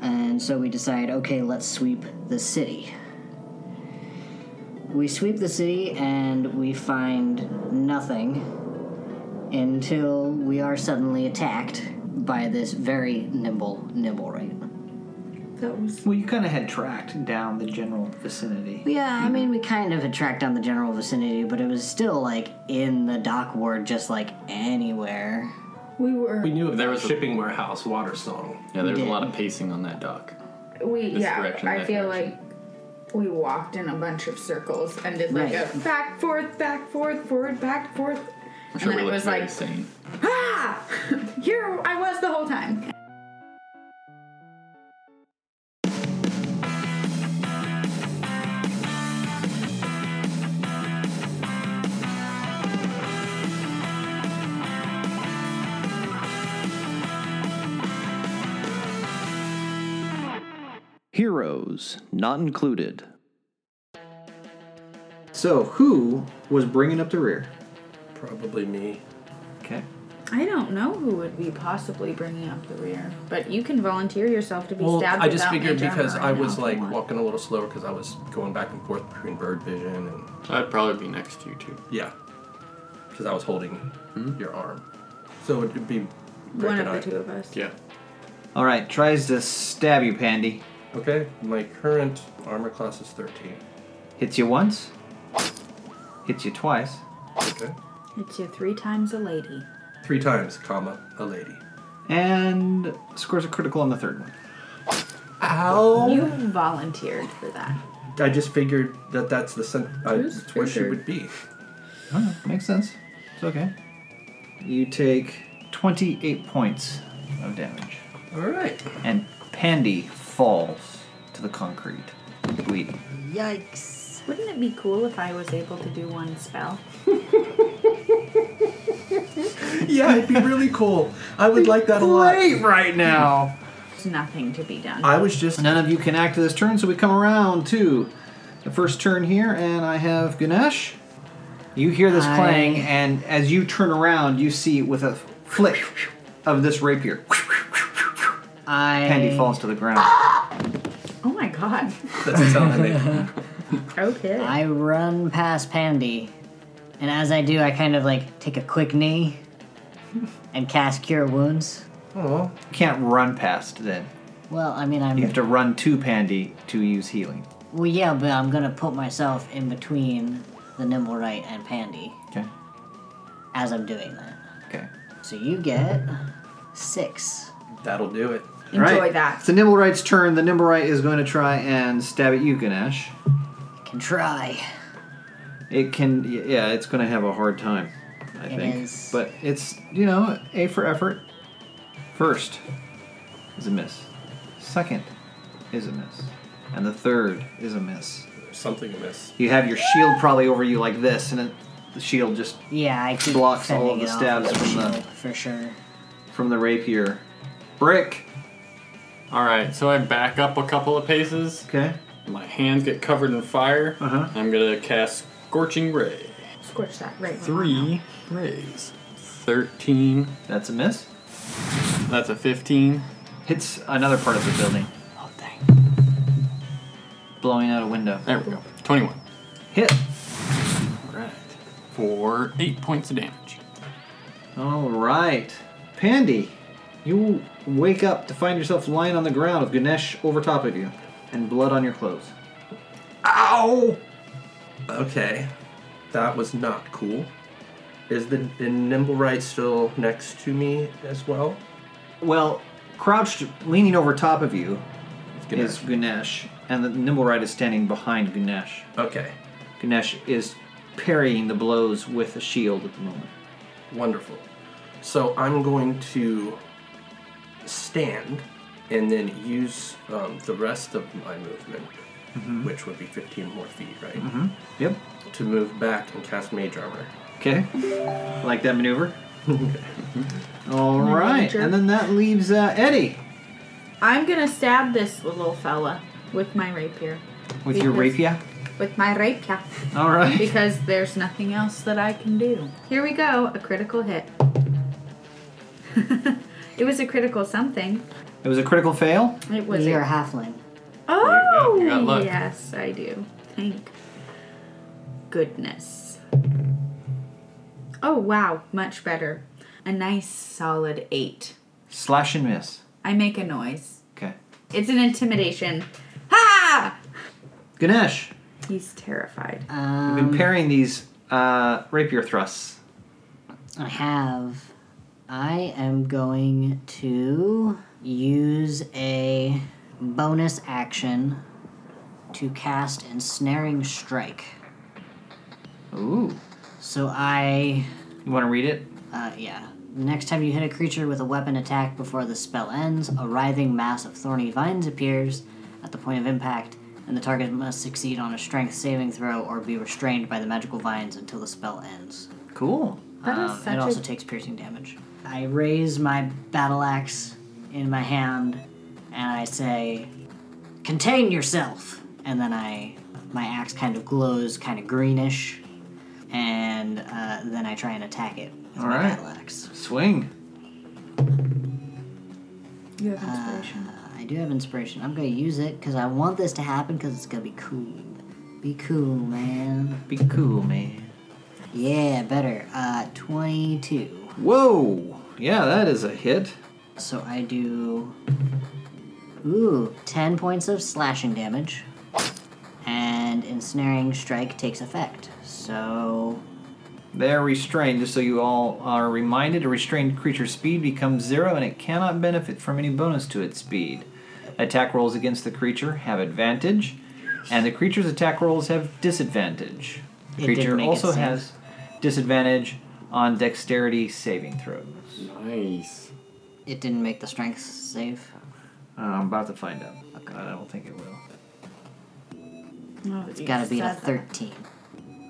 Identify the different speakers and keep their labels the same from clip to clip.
Speaker 1: And so we decide, okay, let's sweep the city. We sweep the city and we find nothing until we are suddenly attacked by this very nimble nimble raven.
Speaker 2: That was.
Speaker 3: Well, you kind of had tracked down the general vicinity.
Speaker 1: Yeah, I mean, we kind of had tracked down the general vicinity, but it was still like in the dock ward, just like anywhere.
Speaker 2: We were.
Speaker 4: We knew of
Speaker 5: There
Speaker 4: that
Speaker 5: was a-
Speaker 4: shipping warehouse, water song.
Speaker 5: Yeah, there's a lot
Speaker 1: did.
Speaker 5: of pacing on that dock.
Speaker 2: we
Speaker 5: this
Speaker 2: yeah.
Speaker 5: direction,
Speaker 2: I
Speaker 5: that
Speaker 2: feel
Speaker 5: direction.
Speaker 2: like we walked in a bunch of circles and did like
Speaker 1: Right.
Speaker 2: a back forth, back forth, forward, back forth.
Speaker 5: I'm sure
Speaker 2: and
Speaker 5: we
Speaker 2: then it was
Speaker 5: looked very
Speaker 2: like,
Speaker 5: sane.
Speaker 2: ah, here I was the whole time.
Speaker 6: Heroes Not Included.
Speaker 3: So, who was bringing up the rear?
Speaker 4: Probably me.
Speaker 3: Okay.
Speaker 2: I don't know who would be possibly bringing up the rear, but you can volunteer yourself to be
Speaker 4: Well,
Speaker 2: stabbed.
Speaker 4: I just
Speaker 2: without
Speaker 4: figured
Speaker 2: major
Speaker 4: because
Speaker 2: armor
Speaker 4: I
Speaker 2: right
Speaker 4: was
Speaker 2: now.
Speaker 4: like walking a little slower because I was going back and forth between bird vision and
Speaker 5: I'd probably be next to you too. Hmm?
Speaker 4: yeah, because I was holding your arm. So it would be Rick
Speaker 2: one
Speaker 4: and
Speaker 2: of
Speaker 4: I.
Speaker 2: the two of us.
Speaker 5: Yeah.
Speaker 3: All right, tries to stab you, Pandy.
Speaker 4: Okay, my current armor class is 13.
Speaker 3: Hits you once, hits you twice.
Speaker 4: Okay,
Speaker 2: It's you three times a lady.
Speaker 4: three times, comma a lady.
Speaker 3: and scores a critical on the third one.
Speaker 4: Ow!
Speaker 2: You volunteered for that.
Speaker 4: I just figured that that's the sen- I,
Speaker 2: Who's
Speaker 4: that's where she
Speaker 2: triggered?
Speaker 4: would be.
Speaker 3: Oh, makes sense. It's okay. You take 28 points of damage,
Speaker 4: All right.
Speaker 3: and Pandy falls to the concrete, bleeding.
Speaker 1: Yikes!
Speaker 2: Wouldn't it be cool if I was able to do one spell?
Speaker 4: Yeah, it'd be really cool. I would like that a lot.
Speaker 3: Great right now!
Speaker 2: There's nothing to be done.
Speaker 4: I was just
Speaker 3: None of you can act this turn, so we come around to the first turn here, and I have Ganesh. You hear this
Speaker 1: I-
Speaker 3: clang, and as you turn around, you see with a flick of this rapier,
Speaker 1: I
Speaker 3: Pandy falls to the ground.
Speaker 2: oh my god.
Speaker 4: that's the sound I make.
Speaker 2: Okay.
Speaker 1: I run past Pandy, and as I do, I kind of like take a quick knee and cast Cure Wounds.
Speaker 4: Aw.
Speaker 3: You can't run past then.
Speaker 1: Well, I mean, I'm
Speaker 3: You have to run to Pandy to use healing.
Speaker 1: well, yeah, but I'm gonna put myself in between the nimble right and Pandy
Speaker 3: Okay.
Speaker 1: as I'm doing that.
Speaker 3: Okay.
Speaker 1: So you get six.
Speaker 4: That'll do it.
Speaker 2: Enjoy
Speaker 3: Right.
Speaker 2: that.
Speaker 3: It's the Nimblewright's turn. The Nimblewright is going to try and stab at you, Ganesh.
Speaker 1: Can try.
Speaker 3: It can, y- yeah, it's going to have a hard time, I
Speaker 1: It
Speaker 3: think.
Speaker 1: is.
Speaker 3: But it's, you know, A for effort. First is a miss. Second is a miss. And the third is a miss.
Speaker 4: There's something amiss.
Speaker 3: You have your shield probably over you like this, and it, the shield just
Speaker 1: Yeah, I keep
Speaker 3: Blocks all
Speaker 1: fending
Speaker 3: of the
Speaker 1: it off
Speaker 3: stabs
Speaker 1: with
Speaker 3: from the-
Speaker 1: shield, for sure.
Speaker 3: from the rapier. Brick!
Speaker 5: All right, so I back up a couple of paces.
Speaker 3: Okay.
Speaker 5: My hands get covered in fire.
Speaker 3: Uh-huh.
Speaker 5: I'm gonna cast scorching ray.
Speaker 2: Squish that right.
Speaker 5: Three rays. Thirteen.
Speaker 3: That's a miss.
Speaker 5: That's a fifteen.
Speaker 3: Hits another part of the building,
Speaker 5: Oh dang.
Speaker 3: blowing out a window.
Speaker 5: There we go. Twenty-one.
Speaker 3: Hit!
Speaker 5: All right. For eight points of damage.
Speaker 3: All right. Pandy, you wake up to find yourself lying on the ground with Ganesh over top of you and blood on your clothes.
Speaker 4: Ow! Okay, that was not cool. Is the, the nimble right still next to me as well?
Speaker 3: Well, crouched, leaning over top of you
Speaker 4: It's
Speaker 3: is Ganesh, and the nimble right is standing behind Ganesh.
Speaker 4: Okay,
Speaker 3: Ganesh is parrying the blows with a shield at the moment.
Speaker 4: wonderful. So I'm going to stand and then use um, the rest of my movement, which would be 15 more feet, right?
Speaker 3: Yep.
Speaker 4: To move back and cast Mage Armor.
Speaker 3: Okay. Like that maneuver. All right,
Speaker 2: manager.
Speaker 3: and then that leaves uh, Eddie
Speaker 2: I'm gonna stab this little fella with my rapier.
Speaker 3: with your
Speaker 2: Because-
Speaker 3: rapier.
Speaker 2: With my rapier.
Speaker 3: All right.
Speaker 2: Because there's nothing else that I can do. Here we go, a critical hit. it was a critical something.
Speaker 3: It was a critical fail.
Speaker 2: It was.
Speaker 1: You're a
Speaker 2: a-
Speaker 1: halfling.
Speaker 2: oh,
Speaker 5: You got- you got luck.
Speaker 2: yes, I do. Thank goodness. Oh wow, much better. A nice solid eight.
Speaker 3: Slash and miss.
Speaker 2: I make a noise.
Speaker 3: Okay.
Speaker 2: It's an intimidation. Ha!
Speaker 3: Ganesh,
Speaker 2: He's terrified.
Speaker 1: Um,
Speaker 3: we've been pairing these uh, rapier thrusts.
Speaker 1: I have. I am going to use a bonus action to cast Ensnaring Strike.
Speaker 3: Ooh.
Speaker 1: So I
Speaker 3: You want to read it?
Speaker 1: Uh, yeah. The next time you hit a creature with a weapon attack before the spell ends, a writhing mass of thorny vines appears at the point of impact, and the target must succeed on a strength saving throw or be restrained by the magical vines until the spell ends. Um,
Speaker 3: Cool.
Speaker 2: That is
Speaker 1: it
Speaker 2: such
Speaker 1: also
Speaker 2: a
Speaker 1: takes piercing damage. I raise my battle axe in my hand, and I say, "Contain yourself!" And then I, my axe kind of glows, kind of greenish, and uh, then I try and attack it with
Speaker 3: All
Speaker 1: my
Speaker 3: right.
Speaker 1: battle axe.
Speaker 3: Swing.
Speaker 2: you have inspiration.
Speaker 1: Uh, I do have inspiration. I'm gonna use it because I want this to happen because it's gonna be cool. Be cool, man.
Speaker 3: Be cool, man.
Speaker 1: Yeah, better. Uh, 22.
Speaker 3: Whoa. Yeah, that is a hit.
Speaker 1: So I do. Ooh, 10 points of slashing damage. And ensnaring strike takes effect. So.
Speaker 3: They're restrained, just so you all are reminded. A restrained creature's speed becomes zero and it cannot benefit from any bonus to its speed. Attack rolls against the creature have advantage, and the creature's attack rolls have disadvantage. The
Speaker 1: It didn't
Speaker 3: creature
Speaker 1: make it
Speaker 3: also
Speaker 1: save.
Speaker 3: has disadvantage on dexterity saving throws.
Speaker 5: Nice.
Speaker 1: It didn't make the strength save.
Speaker 3: Uh, I'm about to find out. Oh, I don't think it will.
Speaker 2: Oh, it's
Speaker 1: Gotta beat a 13.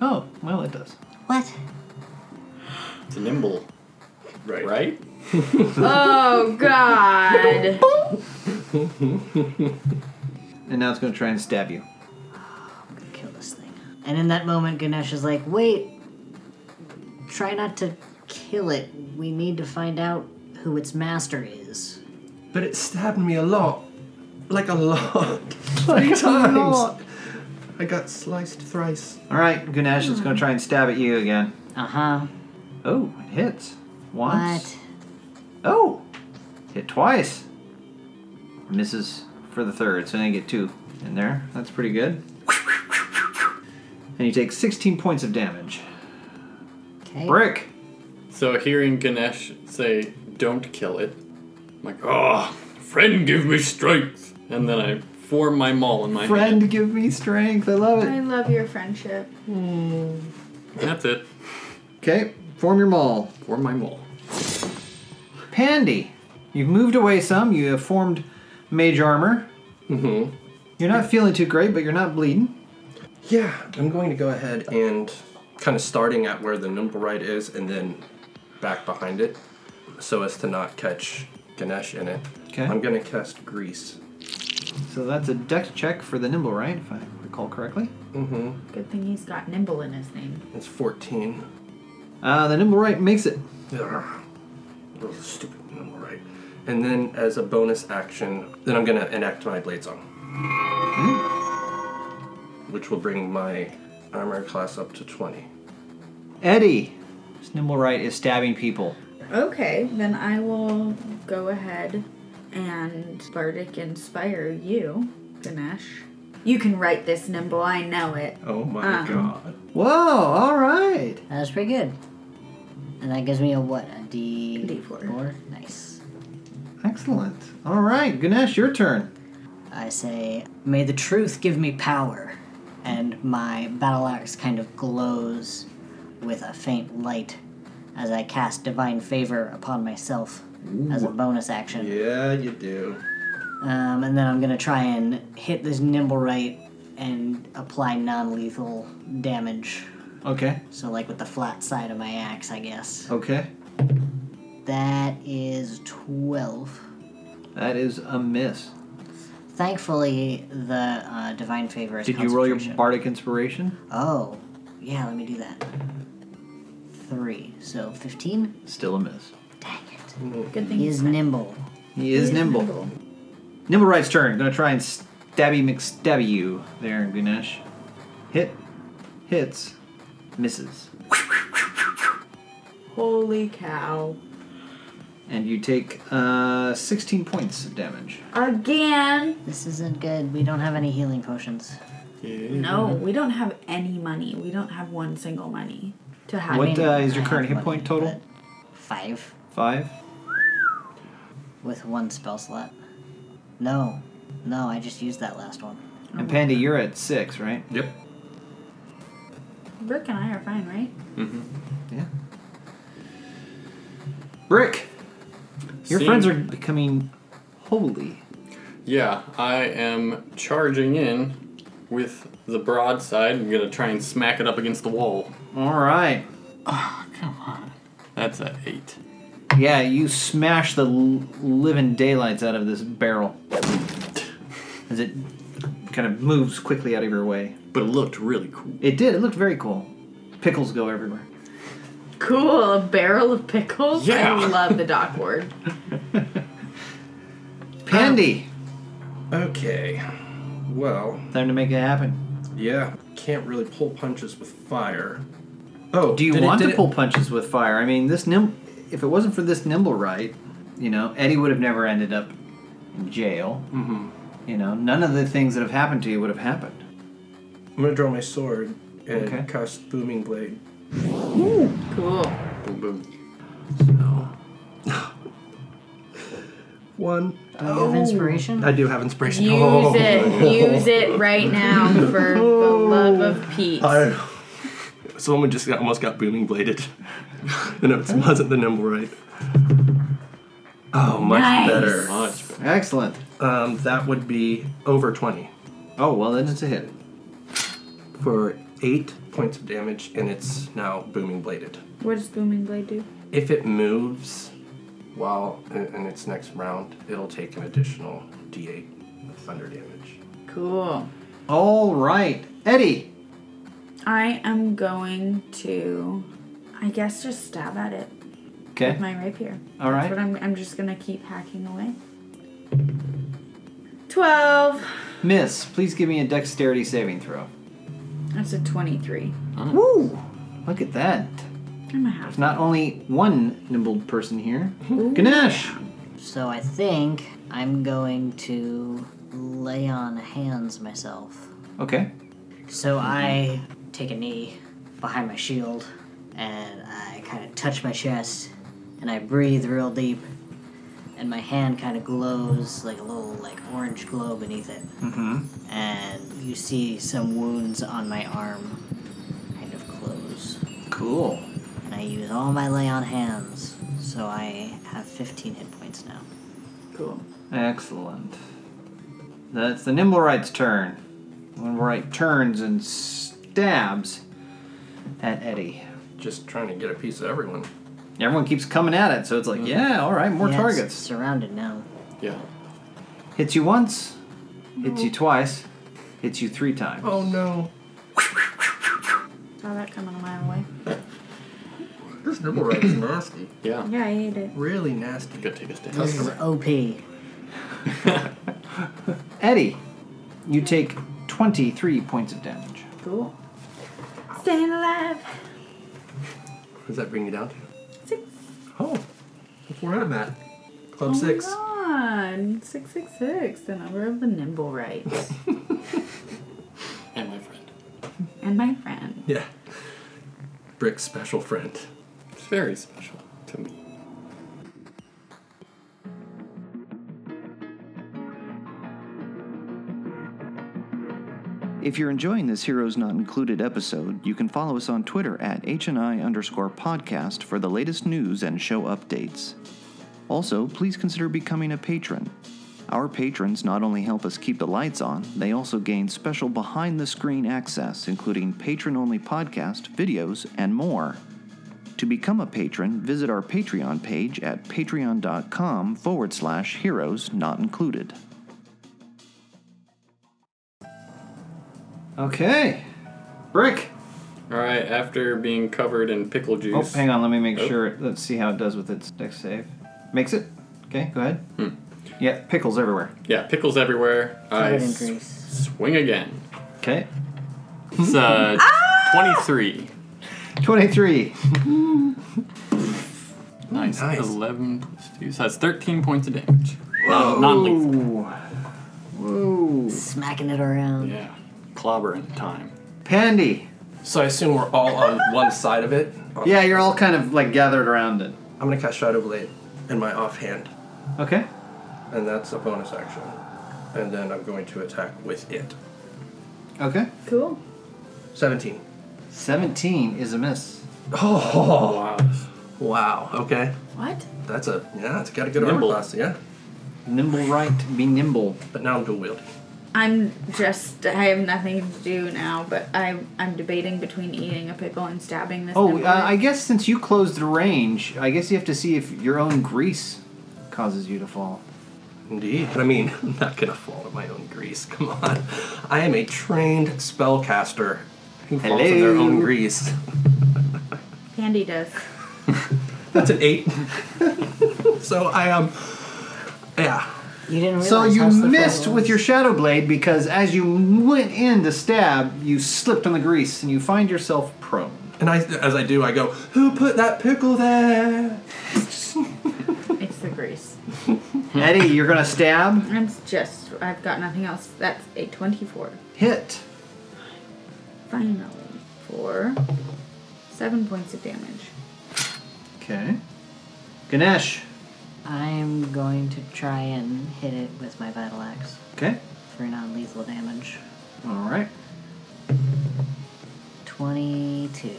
Speaker 3: Oh, well, it does.
Speaker 1: What?
Speaker 5: It's a nimble,
Speaker 4: Right.
Speaker 5: right?
Speaker 2: Oh God!
Speaker 3: And now it's going to try and stab you.
Speaker 1: kill this thing. And in that moment, Ganesh is like, wait, try not to kill it. We need to find out who its master is.
Speaker 4: But it stabbed me a lot. Like a lot. Three times. I got sliced thrice.
Speaker 3: All right, Ganesh is going to try and stab at you again.
Speaker 1: Uh huh.
Speaker 3: Oh, it hits. Once.
Speaker 1: What?
Speaker 3: Oh! Hit twice. Misses for the third, so I get two in there. That's pretty good. And you take 16 points of damage.
Speaker 1: Okay.
Speaker 3: Brick!
Speaker 5: So hearing Ganesh say, "Don't kill it," I'm like, "Oh, friend, give me strength!" And then I form my maul in my hand.
Speaker 3: Friend, give me strength. I love
Speaker 2: I
Speaker 3: it.
Speaker 2: love your friendship.
Speaker 5: That's it.
Speaker 3: Okay, form your maul.
Speaker 5: Form my maul.
Speaker 3: Pandy, you've moved away some. You have formed mage armor.
Speaker 4: Mm-hmm.
Speaker 3: You're not feeling too great, but you're not bleeding.
Speaker 4: Yeah, I'm going to go ahead and kind of starting at where the nimble right is and then back behind it so as to not catch Ganesh in it.
Speaker 3: 'Kay.
Speaker 4: I'm going to cast Grease.
Speaker 3: So that's a dex check for the nimble, right? If I recall correctly.
Speaker 2: Good thing he's got nimble in his name.
Speaker 4: It's 14.
Speaker 3: Uh, the nimble right makes it.
Speaker 4: Ugh. Those are stupid nimble right. And then as a bonus action, then I'm going to enact my blade song. Hmm. Which will bring my armor class up to 20.
Speaker 3: Eddie, this nimble right is stabbing people.
Speaker 2: Okay, then I will go ahead and bardic inspire you, Ganesh. You can write this nimble. I know it. Um,
Speaker 4: Oh my
Speaker 2: Ah.
Speaker 4: god.
Speaker 3: Whoa! All right.
Speaker 1: That's pretty good. And that gives me a what? A D.
Speaker 2: D4.
Speaker 1: Four? Nice.
Speaker 3: Excellent. All right, Ganesh, your turn.
Speaker 1: I say, May the truth give me power. And my battle axe kind of glows with a faint light as I cast divine favor upon myself as a bonus action.
Speaker 4: Yeah, you do.
Speaker 1: Um, and then I'm gonna try and hit this nimble right and apply non-lethal damage.
Speaker 3: Okay.
Speaker 1: So like with the flat side of my axe, I guess.
Speaker 3: Okay.
Speaker 1: That is twelve.
Speaker 3: That is a miss.
Speaker 1: Thankfully, the uh, divine favor is
Speaker 3: Did you roll your
Speaker 1: concentration.
Speaker 3: bardic inspiration?
Speaker 1: Oh, yeah. Let me do that. Three. So fifteen.
Speaker 3: Still a miss.
Speaker 1: Dang it.
Speaker 2: Good thing
Speaker 1: He is nimble.
Speaker 3: He is nimble. nimble. Nimblewright's turn. Gonna try and stabby McStabby you there, Ganesh. Hit, hits, misses,
Speaker 2: Holy cow.
Speaker 3: and you take uh, 16 points of damage.
Speaker 2: Again.
Speaker 1: This isn't good. We don't have any healing potions.
Speaker 2: No, we don't have any money. We don't have one single money to have.
Speaker 3: What
Speaker 1: mean,
Speaker 3: uh, is your
Speaker 1: I
Speaker 3: current
Speaker 1: have
Speaker 3: hit point
Speaker 1: money,
Speaker 3: total?
Speaker 1: but Five
Speaker 3: Five.
Speaker 1: with one spell slot. No, no, I just used that last one.
Speaker 3: And Panda, you're at six, right?
Speaker 5: Yep.
Speaker 2: Brooke and I are fine, right?
Speaker 3: Yeah. Brick, your
Speaker 5: Seeing-
Speaker 3: friends are becoming holy.
Speaker 5: Yeah, I am charging in with the broadside. I'm gonna try and smack it up against the wall.
Speaker 3: All right.
Speaker 5: Come on. That's a eight.
Speaker 3: Yeah, you smash the l- living daylights out of this barrel as it kind of moves quickly out of your way.
Speaker 5: But it looked really cool.
Speaker 3: It did. It looked very cool. Pickles go everywhere.
Speaker 2: Cool, a barrel of pickles.
Speaker 5: Yeah.
Speaker 2: I love the dock word.
Speaker 3: Pandy,
Speaker 4: Okay. Well,
Speaker 3: Oh. time to make it happen.
Speaker 4: yeah. Can't really pull punches with fire. Oh,
Speaker 3: Do you
Speaker 4: did it-
Speaker 3: want
Speaker 4: did
Speaker 3: to
Speaker 4: it-
Speaker 3: pull punches with fire? I mean, this nim- if it wasn't for this nimble right, you know, Eddie would have never ended up in jail. Mm-hmm. You know, none of the things that have happened to you would have happened.
Speaker 4: I'm gonna draw my sword and
Speaker 3: Okay.
Speaker 4: cast Booming Blade.
Speaker 2: Cool.
Speaker 5: Boom, boom.
Speaker 4: One.
Speaker 1: Do you have inspiration?
Speaker 4: I do have inspiration.
Speaker 2: Use
Speaker 4: Oh.
Speaker 2: it. Use it right now for the love of Pete.
Speaker 4: I, someone just got, almost got booming bladed. and it wasn't the nimble right. Oh, much
Speaker 2: Nice.
Speaker 4: better.
Speaker 5: Much better.
Speaker 3: Excellent.
Speaker 4: Um, that would be over 20
Speaker 3: Oh well, then it's a hit.
Speaker 4: for eight points of damage, and it's now booming bladed.
Speaker 2: What does Booming Blade do?
Speaker 4: If it moves while in, in its next round, it'll take an additional d8 of thunder damage.
Speaker 2: Cool.
Speaker 3: All right, Eddie.
Speaker 2: I am going to, I guess, just stab at it
Speaker 3: Okay.
Speaker 2: with my rapier.
Speaker 3: All
Speaker 2: That's
Speaker 3: right.
Speaker 2: what I'm, I'm just gonna keep hacking away. 12.
Speaker 3: Miss, please give me a dexterity saving throw.
Speaker 2: That's a 23.
Speaker 3: Woo! Look at that.
Speaker 2: I'm a half.
Speaker 3: There's not only one nimble person here. Ganesh!
Speaker 1: So I think I'm going to lay on hands myself.
Speaker 3: Okay.
Speaker 1: So I take a knee behind my shield and I kind of touch my chest and I breathe real deep and my hand kind of glows like a little like orange glow beneath it. Mm-hmm. And you see some wounds on my arm kind of close.
Speaker 3: Cool.
Speaker 1: And I use all my lay on hands. So I have 15 hit points now.
Speaker 2: Cool.
Speaker 3: Excellent. That's the nimble right's turn. Nimble right turns and stabs at Eddie.
Speaker 4: Just trying to get a piece of everyone.
Speaker 3: Everyone keeps coming at it, so it's like, yeah, all right, more
Speaker 1: Yeah, it's
Speaker 3: targets.
Speaker 1: Surrounded now.
Speaker 5: Yeah.
Speaker 3: Hits you once, hits you twice, hits you three times.
Speaker 4: Oh no.
Speaker 2: Saw that coming a mile away.
Speaker 4: This nimble right is nasty.
Speaker 5: Yeah.
Speaker 2: Yeah, I ate it.
Speaker 4: Really nasty.
Speaker 5: Gotta take a stand.
Speaker 1: This is OP.
Speaker 3: Eddie, you take 23 points of damage.
Speaker 2: Cool. Staying alive.
Speaker 4: What does that bring you down to?
Speaker 2: Six.
Speaker 4: Oh, that's where I'm at. Club
Speaker 2: Six.
Speaker 4: six.
Speaker 2: On. 666, the number of the nimble rights.
Speaker 5: And my friend.
Speaker 2: and my friend.
Speaker 4: Yeah. Brick's special friend.
Speaker 5: It's very special to me.
Speaker 6: If you're enjoying this Heroes Not Included episode, you can follow us on Twitter at HNI underscore podcast for the latest news and show updates. Also, please consider becoming a patron. Our patrons not only help us keep the lights on, they also gain special behind the screen access, including patron only podcasts, videos, and more. To become a patron, visit our Patreon page at patreon.com forward slash heroes not included.
Speaker 3: Okay. Brick.
Speaker 5: All right, after being covered in pickle
Speaker 3: Oh,
Speaker 5: juice,
Speaker 3: hang on. Let me make
Speaker 5: Oh.
Speaker 3: sure. Let's see how it does with its dex save. Makes it. Okay, go ahead. Yeah, pickles everywhere.
Speaker 5: yeah, pickles everywhere. I
Speaker 1: Covered in
Speaker 5: s-
Speaker 1: grease.
Speaker 5: swing again.
Speaker 3: Okay.
Speaker 5: It's uh, twenty-three.
Speaker 3: 23.
Speaker 5: Nice.
Speaker 4: Nice.
Speaker 5: Eleven plus two, so that's thirteen points of damage.
Speaker 4: Whoa.
Speaker 5: Non-lethal.
Speaker 3: Whoa.
Speaker 1: Smacking it around.
Speaker 5: Yeah, clobbering time.
Speaker 3: Pandy.
Speaker 4: So I assume we're all on one side of it.
Speaker 3: Yeah, you're all kind of like gathered around it.
Speaker 4: I'm gonna cast Shadow Blade in my offhand,
Speaker 3: Okay.
Speaker 4: and that's a bonus action. And then I'm going to attack with it.
Speaker 3: Okay.
Speaker 2: Cool.
Speaker 4: 17.
Speaker 3: 17 is a miss.
Speaker 4: Oh
Speaker 5: Wow.
Speaker 4: wow. Okay.
Speaker 2: What?
Speaker 4: That's a yeah. It's got a good
Speaker 5: Nimble.
Speaker 4: armor class. Yeah.
Speaker 3: Nimble right, be nimble.
Speaker 4: But now I'm dual wielding.
Speaker 2: I'm just. I have nothing to do now, but I I'm debating between eating a pickle and stabbing this.
Speaker 3: Oh,
Speaker 2: nimble
Speaker 3: uh, I
Speaker 2: rat.
Speaker 3: guess since you closed the range, I guess you have to see if your own grease causes you to fall.
Speaker 4: Indeed. But I mean, I'm not gonna fall in my own grease. Come on. I am a trained spellcaster who falls in their
Speaker 3: Hello.
Speaker 4: own grease.
Speaker 2: Candy does.
Speaker 4: That's an eight. so I am. Um, yeah.
Speaker 1: You didn't realize
Speaker 3: So you
Speaker 1: how slippery it
Speaker 3: missed with
Speaker 1: was.
Speaker 3: your shadow blade because as you went in to stab, you slipped on the grease and you find yourself prone.
Speaker 4: And I, as I do, I go, "Who put that pickle there?"
Speaker 2: It's the grease.
Speaker 3: Eddie, you're gonna stab,
Speaker 2: I'm just. I've got nothing else. That's a 24.
Speaker 3: hit.
Speaker 2: Finally, for seven points of damage.
Speaker 3: Okay. Ganesh.
Speaker 1: I'm going to try and hit it with my battle axe
Speaker 3: Okay.
Speaker 1: for non lethal damage.
Speaker 3: All right.
Speaker 1: 22.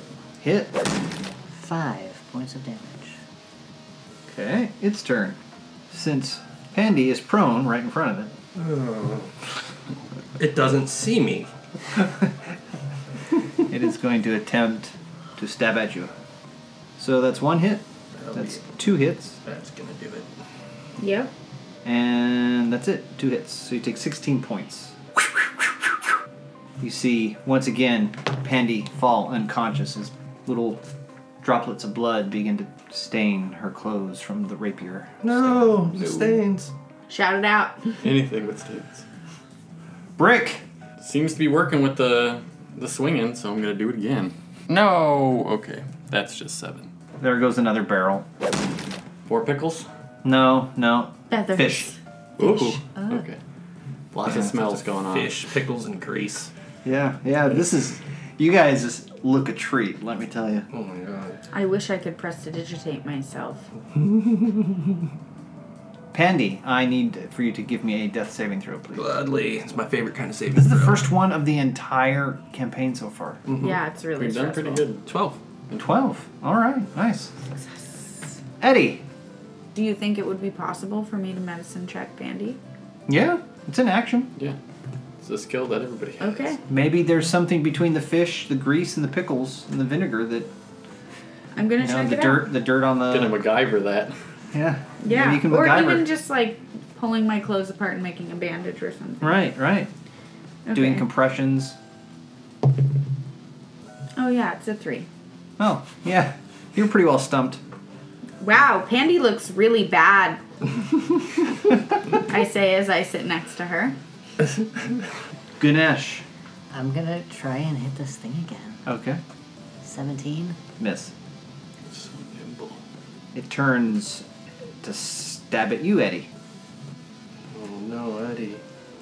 Speaker 3: Hit.
Speaker 1: Five points of damage.
Speaker 3: Okay. Its turn. Since Pandy is prone right in front of it.
Speaker 4: It doesn't see me.
Speaker 3: It is going to attempt to stab at you. So that's one hit.
Speaker 4: That'll
Speaker 3: That's
Speaker 4: be-
Speaker 3: two hits.
Speaker 4: that's gonna do it.
Speaker 2: Yep.
Speaker 3: And that's it. Two hits. So you take 16 points. You see, once again, Pandy fall unconscious as little droplets of blood begin to stain her clothes from the rapier.
Speaker 4: No,
Speaker 5: No.
Speaker 4: stains.
Speaker 2: Shout it out.
Speaker 5: Anything with stains.
Speaker 3: Brick!
Speaker 5: Seems to be working with the the swinging, so I'm gonna do it again. No. Okay, that's just seven.
Speaker 3: There goes another barrel.
Speaker 5: Four pickles.
Speaker 3: No, no.
Speaker 2: Feathers.
Speaker 3: Fish.
Speaker 5: Ooh. Okay. Lots
Speaker 3: Yeah,
Speaker 5: of smells going on.
Speaker 4: Fish, pickles, and grease.
Speaker 3: Yeah, yeah, this is. You guys just look a treat, let me tell you.
Speaker 4: Oh my god.
Speaker 2: I wish I could prestidigitate myself.
Speaker 3: Pandy, I need for you to give me a death saving throw, please.
Speaker 4: Gladly, it's my favorite kind of saving.
Speaker 3: This is the
Speaker 4: throw.
Speaker 3: first one of the entire campaign so far.
Speaker 2: Yeah, it's really
Speaker 5: We've Mm-hmm. done pretty
Speaker 2: stressful.
Speaker 5: good.
Speaker 4: Twelve.
Speaker 3: 12. All right, nice. Eddie.
Speaker 2: Do you think it would be possible for me to medicine check Bandy?
Speaker 3: Yeah, it's an action.
Speaker 5: Yeah. It's a skill that everybody has.
Speaker 2: Okay.
Speaker 3: Maybe there's something between the fish, the grease, and the pickles and the vinegar that
Speaker 2: I'm gonna
Speaker 3: you know
Speaker 2: check
Speaker 3: the
Speaker 2: it
Speaker 3: dirt,
Speaker 2: out.
Speaker 3: the dirt on the
Speaker 5: Gonna MacGyver that.
Speaker 3: yeah.
Speaker 2: Yeah.
Speaker 3: Maybe you can
Speaker 2: or
Speaker 3: MacGyver.
Speaker 2: even just like pulling my clothes apart and making a bandage or something.
Speaker 3: right, right.
Speaker 2: Okay.
Speaker 3: Mm-hmm. Doing compressions.
Speaker 2: oh yeah, it's a three.
Speaker 3: Oh yeah, you're pretty well stumped.
Speaker 2: Wow, Pandy looks really bad. I say as I sit next to her.
Speaker 3: Ganesh.
Speaker 1: I'm gonna try and hit this thing again.
Speaker 3: Okay.
Speaker 1: 17.
Speaker 3: Miss.
Speaker 5: So nimble.
Speaker 3: It turns to stab at you, Eddie.
Speaker 4: Oh no, Eddie.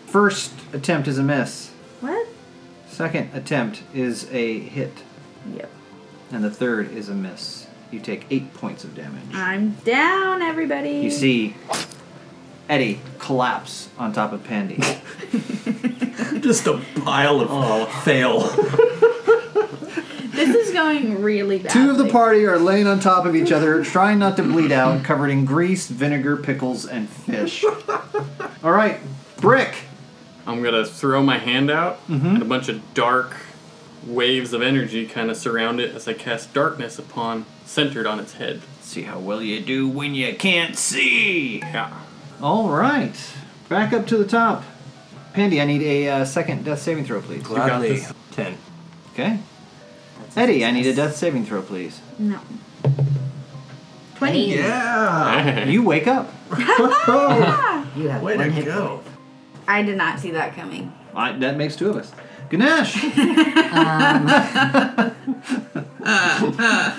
Speaker 3: First attempt is a miss.
Speaker 2: What?
Speaker 3: Second attempt is a hit.
Speaker 2: Yep.
Speaker 3: And the third is a miss. You take eight points of damage.
Speaker 2: I'm down, everybody.
Speaker 3: You see Eddie collapse on top of Pandy.
Speaker 4: Just a pile of fail.
Speaker 2: this is going really bad.
Speaker 3: Two of the party are laying on top of each other, trying not to bleed out, covered in grease, vinegar, pickles, and fish. All right, brick.
Speaker 5: I'm gonna throw my hand out,
Speaker 3: Mm-hmm.
Speaker 5: and a bunch of dark waves of energy kind of surround it as I cast darkness upon, centered on its head.
Speaker 3: See how well you do when you can't see.
Speaker 5: Yeah.
Speaker 3: All right, back up to the top. Pandy, I need a uh, second death saving throw, please.
Speaker 5: got
Speaker 4: Gladly.
Speaker 5: this.
Speaker 4: Ten.
Speaker 3: Okay. Eddie, I need a death saving throw, please.
Speaker 2: No. 20.
Speaker 4: Yeah.
Speaker 3: You wake up.
Speaker 1: You have
Speaker 4: Way
Speaker 1: one
Speaker 4: to
Speaker 1: hit point.
Speaker 4: go.
Speaker 2: I did not see that coming.
Speaker 3: I, that makes two of us. Ganesh.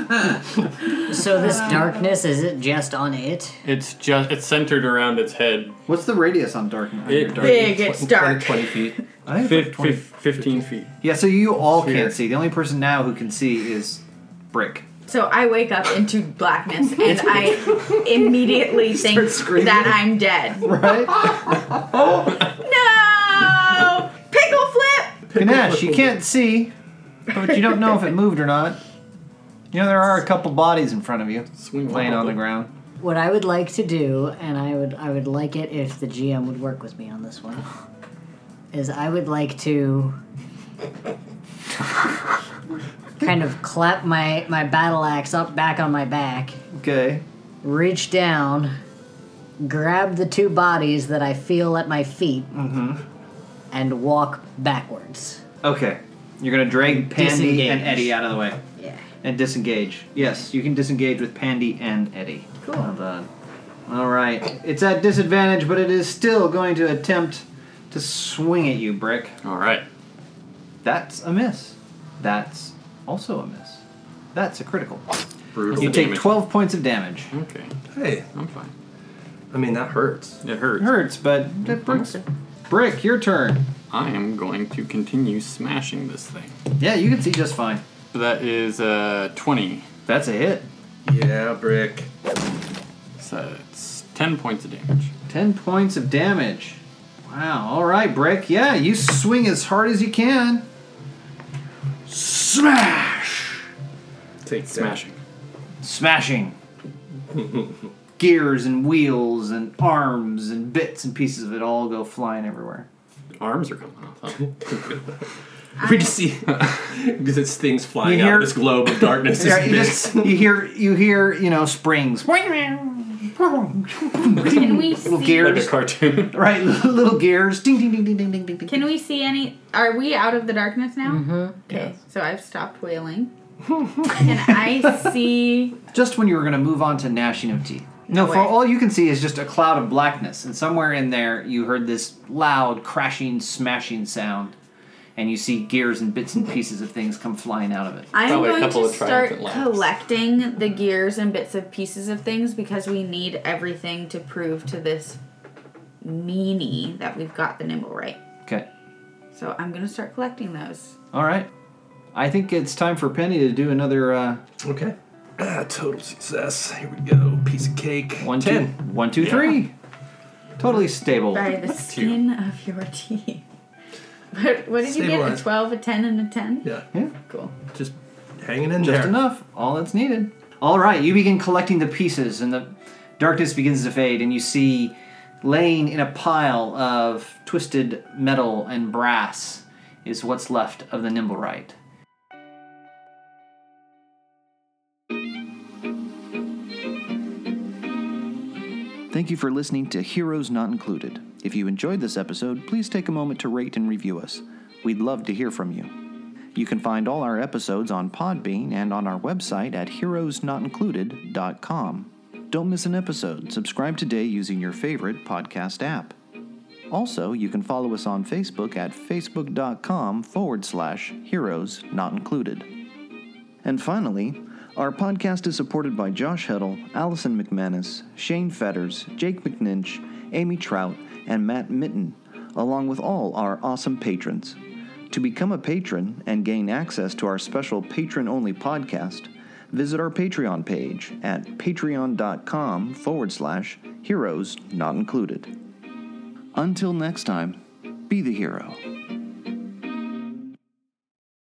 Speaker 1: So this darkness is it just on it?
Speaker 5: It's just it's centered around its head.
Speaker 3: What's the radius on dark? on your
Speaker 5: It-
Speaker 3: dark-
Speaker 2: Big, it's dark.
Speaker 4: 20 feet.
Speaker 3: I think it's like
Speaker 5: Fif-
Speaker 3: 20.
Speaker 5: fif- 15 feet.
Speaker 3: Yeah, so you all
Speaker 5: Sphere.
Speaker 3: can't see. The only person now who can see is Brick.
Speaker 2: So I wake up into blackness and I immediately think
Speaker 3: screaming.
Speaker 2: that I'm dead.
Speaker 3: Right?
Speaker 2: No! Pickle flip!
Speaker 3: Ganesh, you can't see, but you don't know if it moved or not. You know, there are a couple bodies in front of you
Speaker 5: Swing
Speaker 3: laying on the
Speaker 5: wildly.
Speaker 3: ground.
Speaker 1: What I would like to do, and I would I would like it if the GM would work with me on this one, is I would like to kind of clap my my battle axe up back on my back,
Speaker 3: Okay.
Speaker 1: reach down, grab the two bodies that I feel at my feet, and walk backwards.
Speaker 3: Okay. You're going to drag Pandy and
Speaker 1: Disengage.
Speaker 3: Eddie out of the way.
Speaker 1: Yeah.
Speaker 3: And disengage. Yes, you can disengage with Pandy and Eddie. Cool. Hold on. All right. It's at disadvantage, but it is still going to attempt to swing at you, Brick.
Speaker 5: All right.
Speaker 3: That's a miss. That's also a miss. That's a critical.
Speaker 4: Brutal.
Speaker 3: You
Speaker 5: the
Speaker 3: take
Speaker 5: damage?
Speaker 3: 12 points of damage.
Speaker 5: Okay.
Speaker 4: Hey,
Speaker 5: I'm fine.
Speaker 4: I mean, that hurts.
Speaker 5: It
Speaker 3: It
Speaker 5: hurts.
Speaker 3: hurts, but that bricks. Brick, your turn.
Speaker 5: I am going to continue smashing this thing.
Speaker 3: Yeah, you can see just fine.
Speaker 5: That is uh 20.
Speaker 3: That's a hit.
Speaker 4: Yeah, brick.
Speaker 5: So it's 10 points of damage.
Speaker 3: 10 points of damage. Wow. All right, Brick. Yeah, you swing as hard as you can. Smash!
Speaker 4: Take that.
Speaker 5: Smashing.
Speaker 3: Smashing. Gears and wheels and arms and bits and pieces of it all go flying everywhere.
Speaker 5: Arms are coming off. huh?
Speaker 4: We just see this thing's flying
Speaker 3: You
Speaker 4: out
Speaker 3: hear-
Speaker 4: of this globe of darkness.
Speaker 3: Yeah,
Speaker 4: This
Speaker 3: you, just,
Speaker 4: big-
Speaker 3: you hear you hear you know springs.
Speaker 2: Can we
Speaker 3: Little
Speaker 2: see-
Speaker 5: like a
Speaker 3: gears,
Speaker 5: cartoon.
Speaker 3: right? Little gears. Ding ding ding ding ding ding ding. ding.
Speaker 2: Can we see any? Are we out of the darkness now? Mm-hmm. Okay, so I've stopped wailing. and I see.
Speaker 3: just when you were going to move on to gnashing of teeth. No, for
Speaker 2: way.
Speaker 3: all you can see is just a cloud of blackness, and somewhere in there you heard this loud crashing, smashing sound, and you see gears and bits and pieces of things come flying out of it.
Speaker 2: I'm
Speaker 5: Probably a
Speaker 2: going
Speaker 5: couple
Speaker 2: to
Speaker 5: of
Speaker 2: start
Speaker 5: triumphant laughs.
Speaker 2: collecting the gears and bits of pieces of things because we need everything to prove to this meanie that we've got the nimble right.
Speaker 3: Okay,
Speaker 2: So I'm gonna start collecting those.
Speaker 3: all right. I think it's time for Penny to do another uh,
Speaker 4: okay. Ah, total success. Here we go. Piece of cake.
Speaker 3: one, two,
Speaker 4: Ten.
Speaker 3: one, two, three. Totally stable.
Speaker 2: By the skin of your teeth. What, what did you get? A
Speaker 4: Stabilize.
Speaker 2: 12, a 10, and a 10?
Speaker 4: Yeah.
Speaker 3: Yeah.
Speaker 2: Cool.
Speaker 4: Just hanging in
Speaker 3: Just
Speaker 4: there.
Speaker 3: enough. All that's needed. All right, you begin collecting the pieces, and the darkness begins to fade, and you see laying in a pile of twisted metal and brass is what's left of the Nimblerite.
Speaker 6: Thank you for listening to Heroes Not Included. If you enjoyed this episode, please take a moment to rate and review us. We'd love to hear from you. You can find all our episodes on Podbean and on our website at heroesnotincluded.com. Don't miss an episode. Subscribe today using your favorite podcast app. Also, you can follow us on Facebook at facebook.com forward slash heroes not included. And finally, our podcast is supported by Josh Heddle, Allison McManus, Shane Fetters, Jake McNinch, Amy Trout, and Matt Mitten, along with all our awesome patrons. To become a patron and gain access to our special patron only podcast, visit our Patreon page at patreon.com forward slash heroes not included. Until next time, be the hero.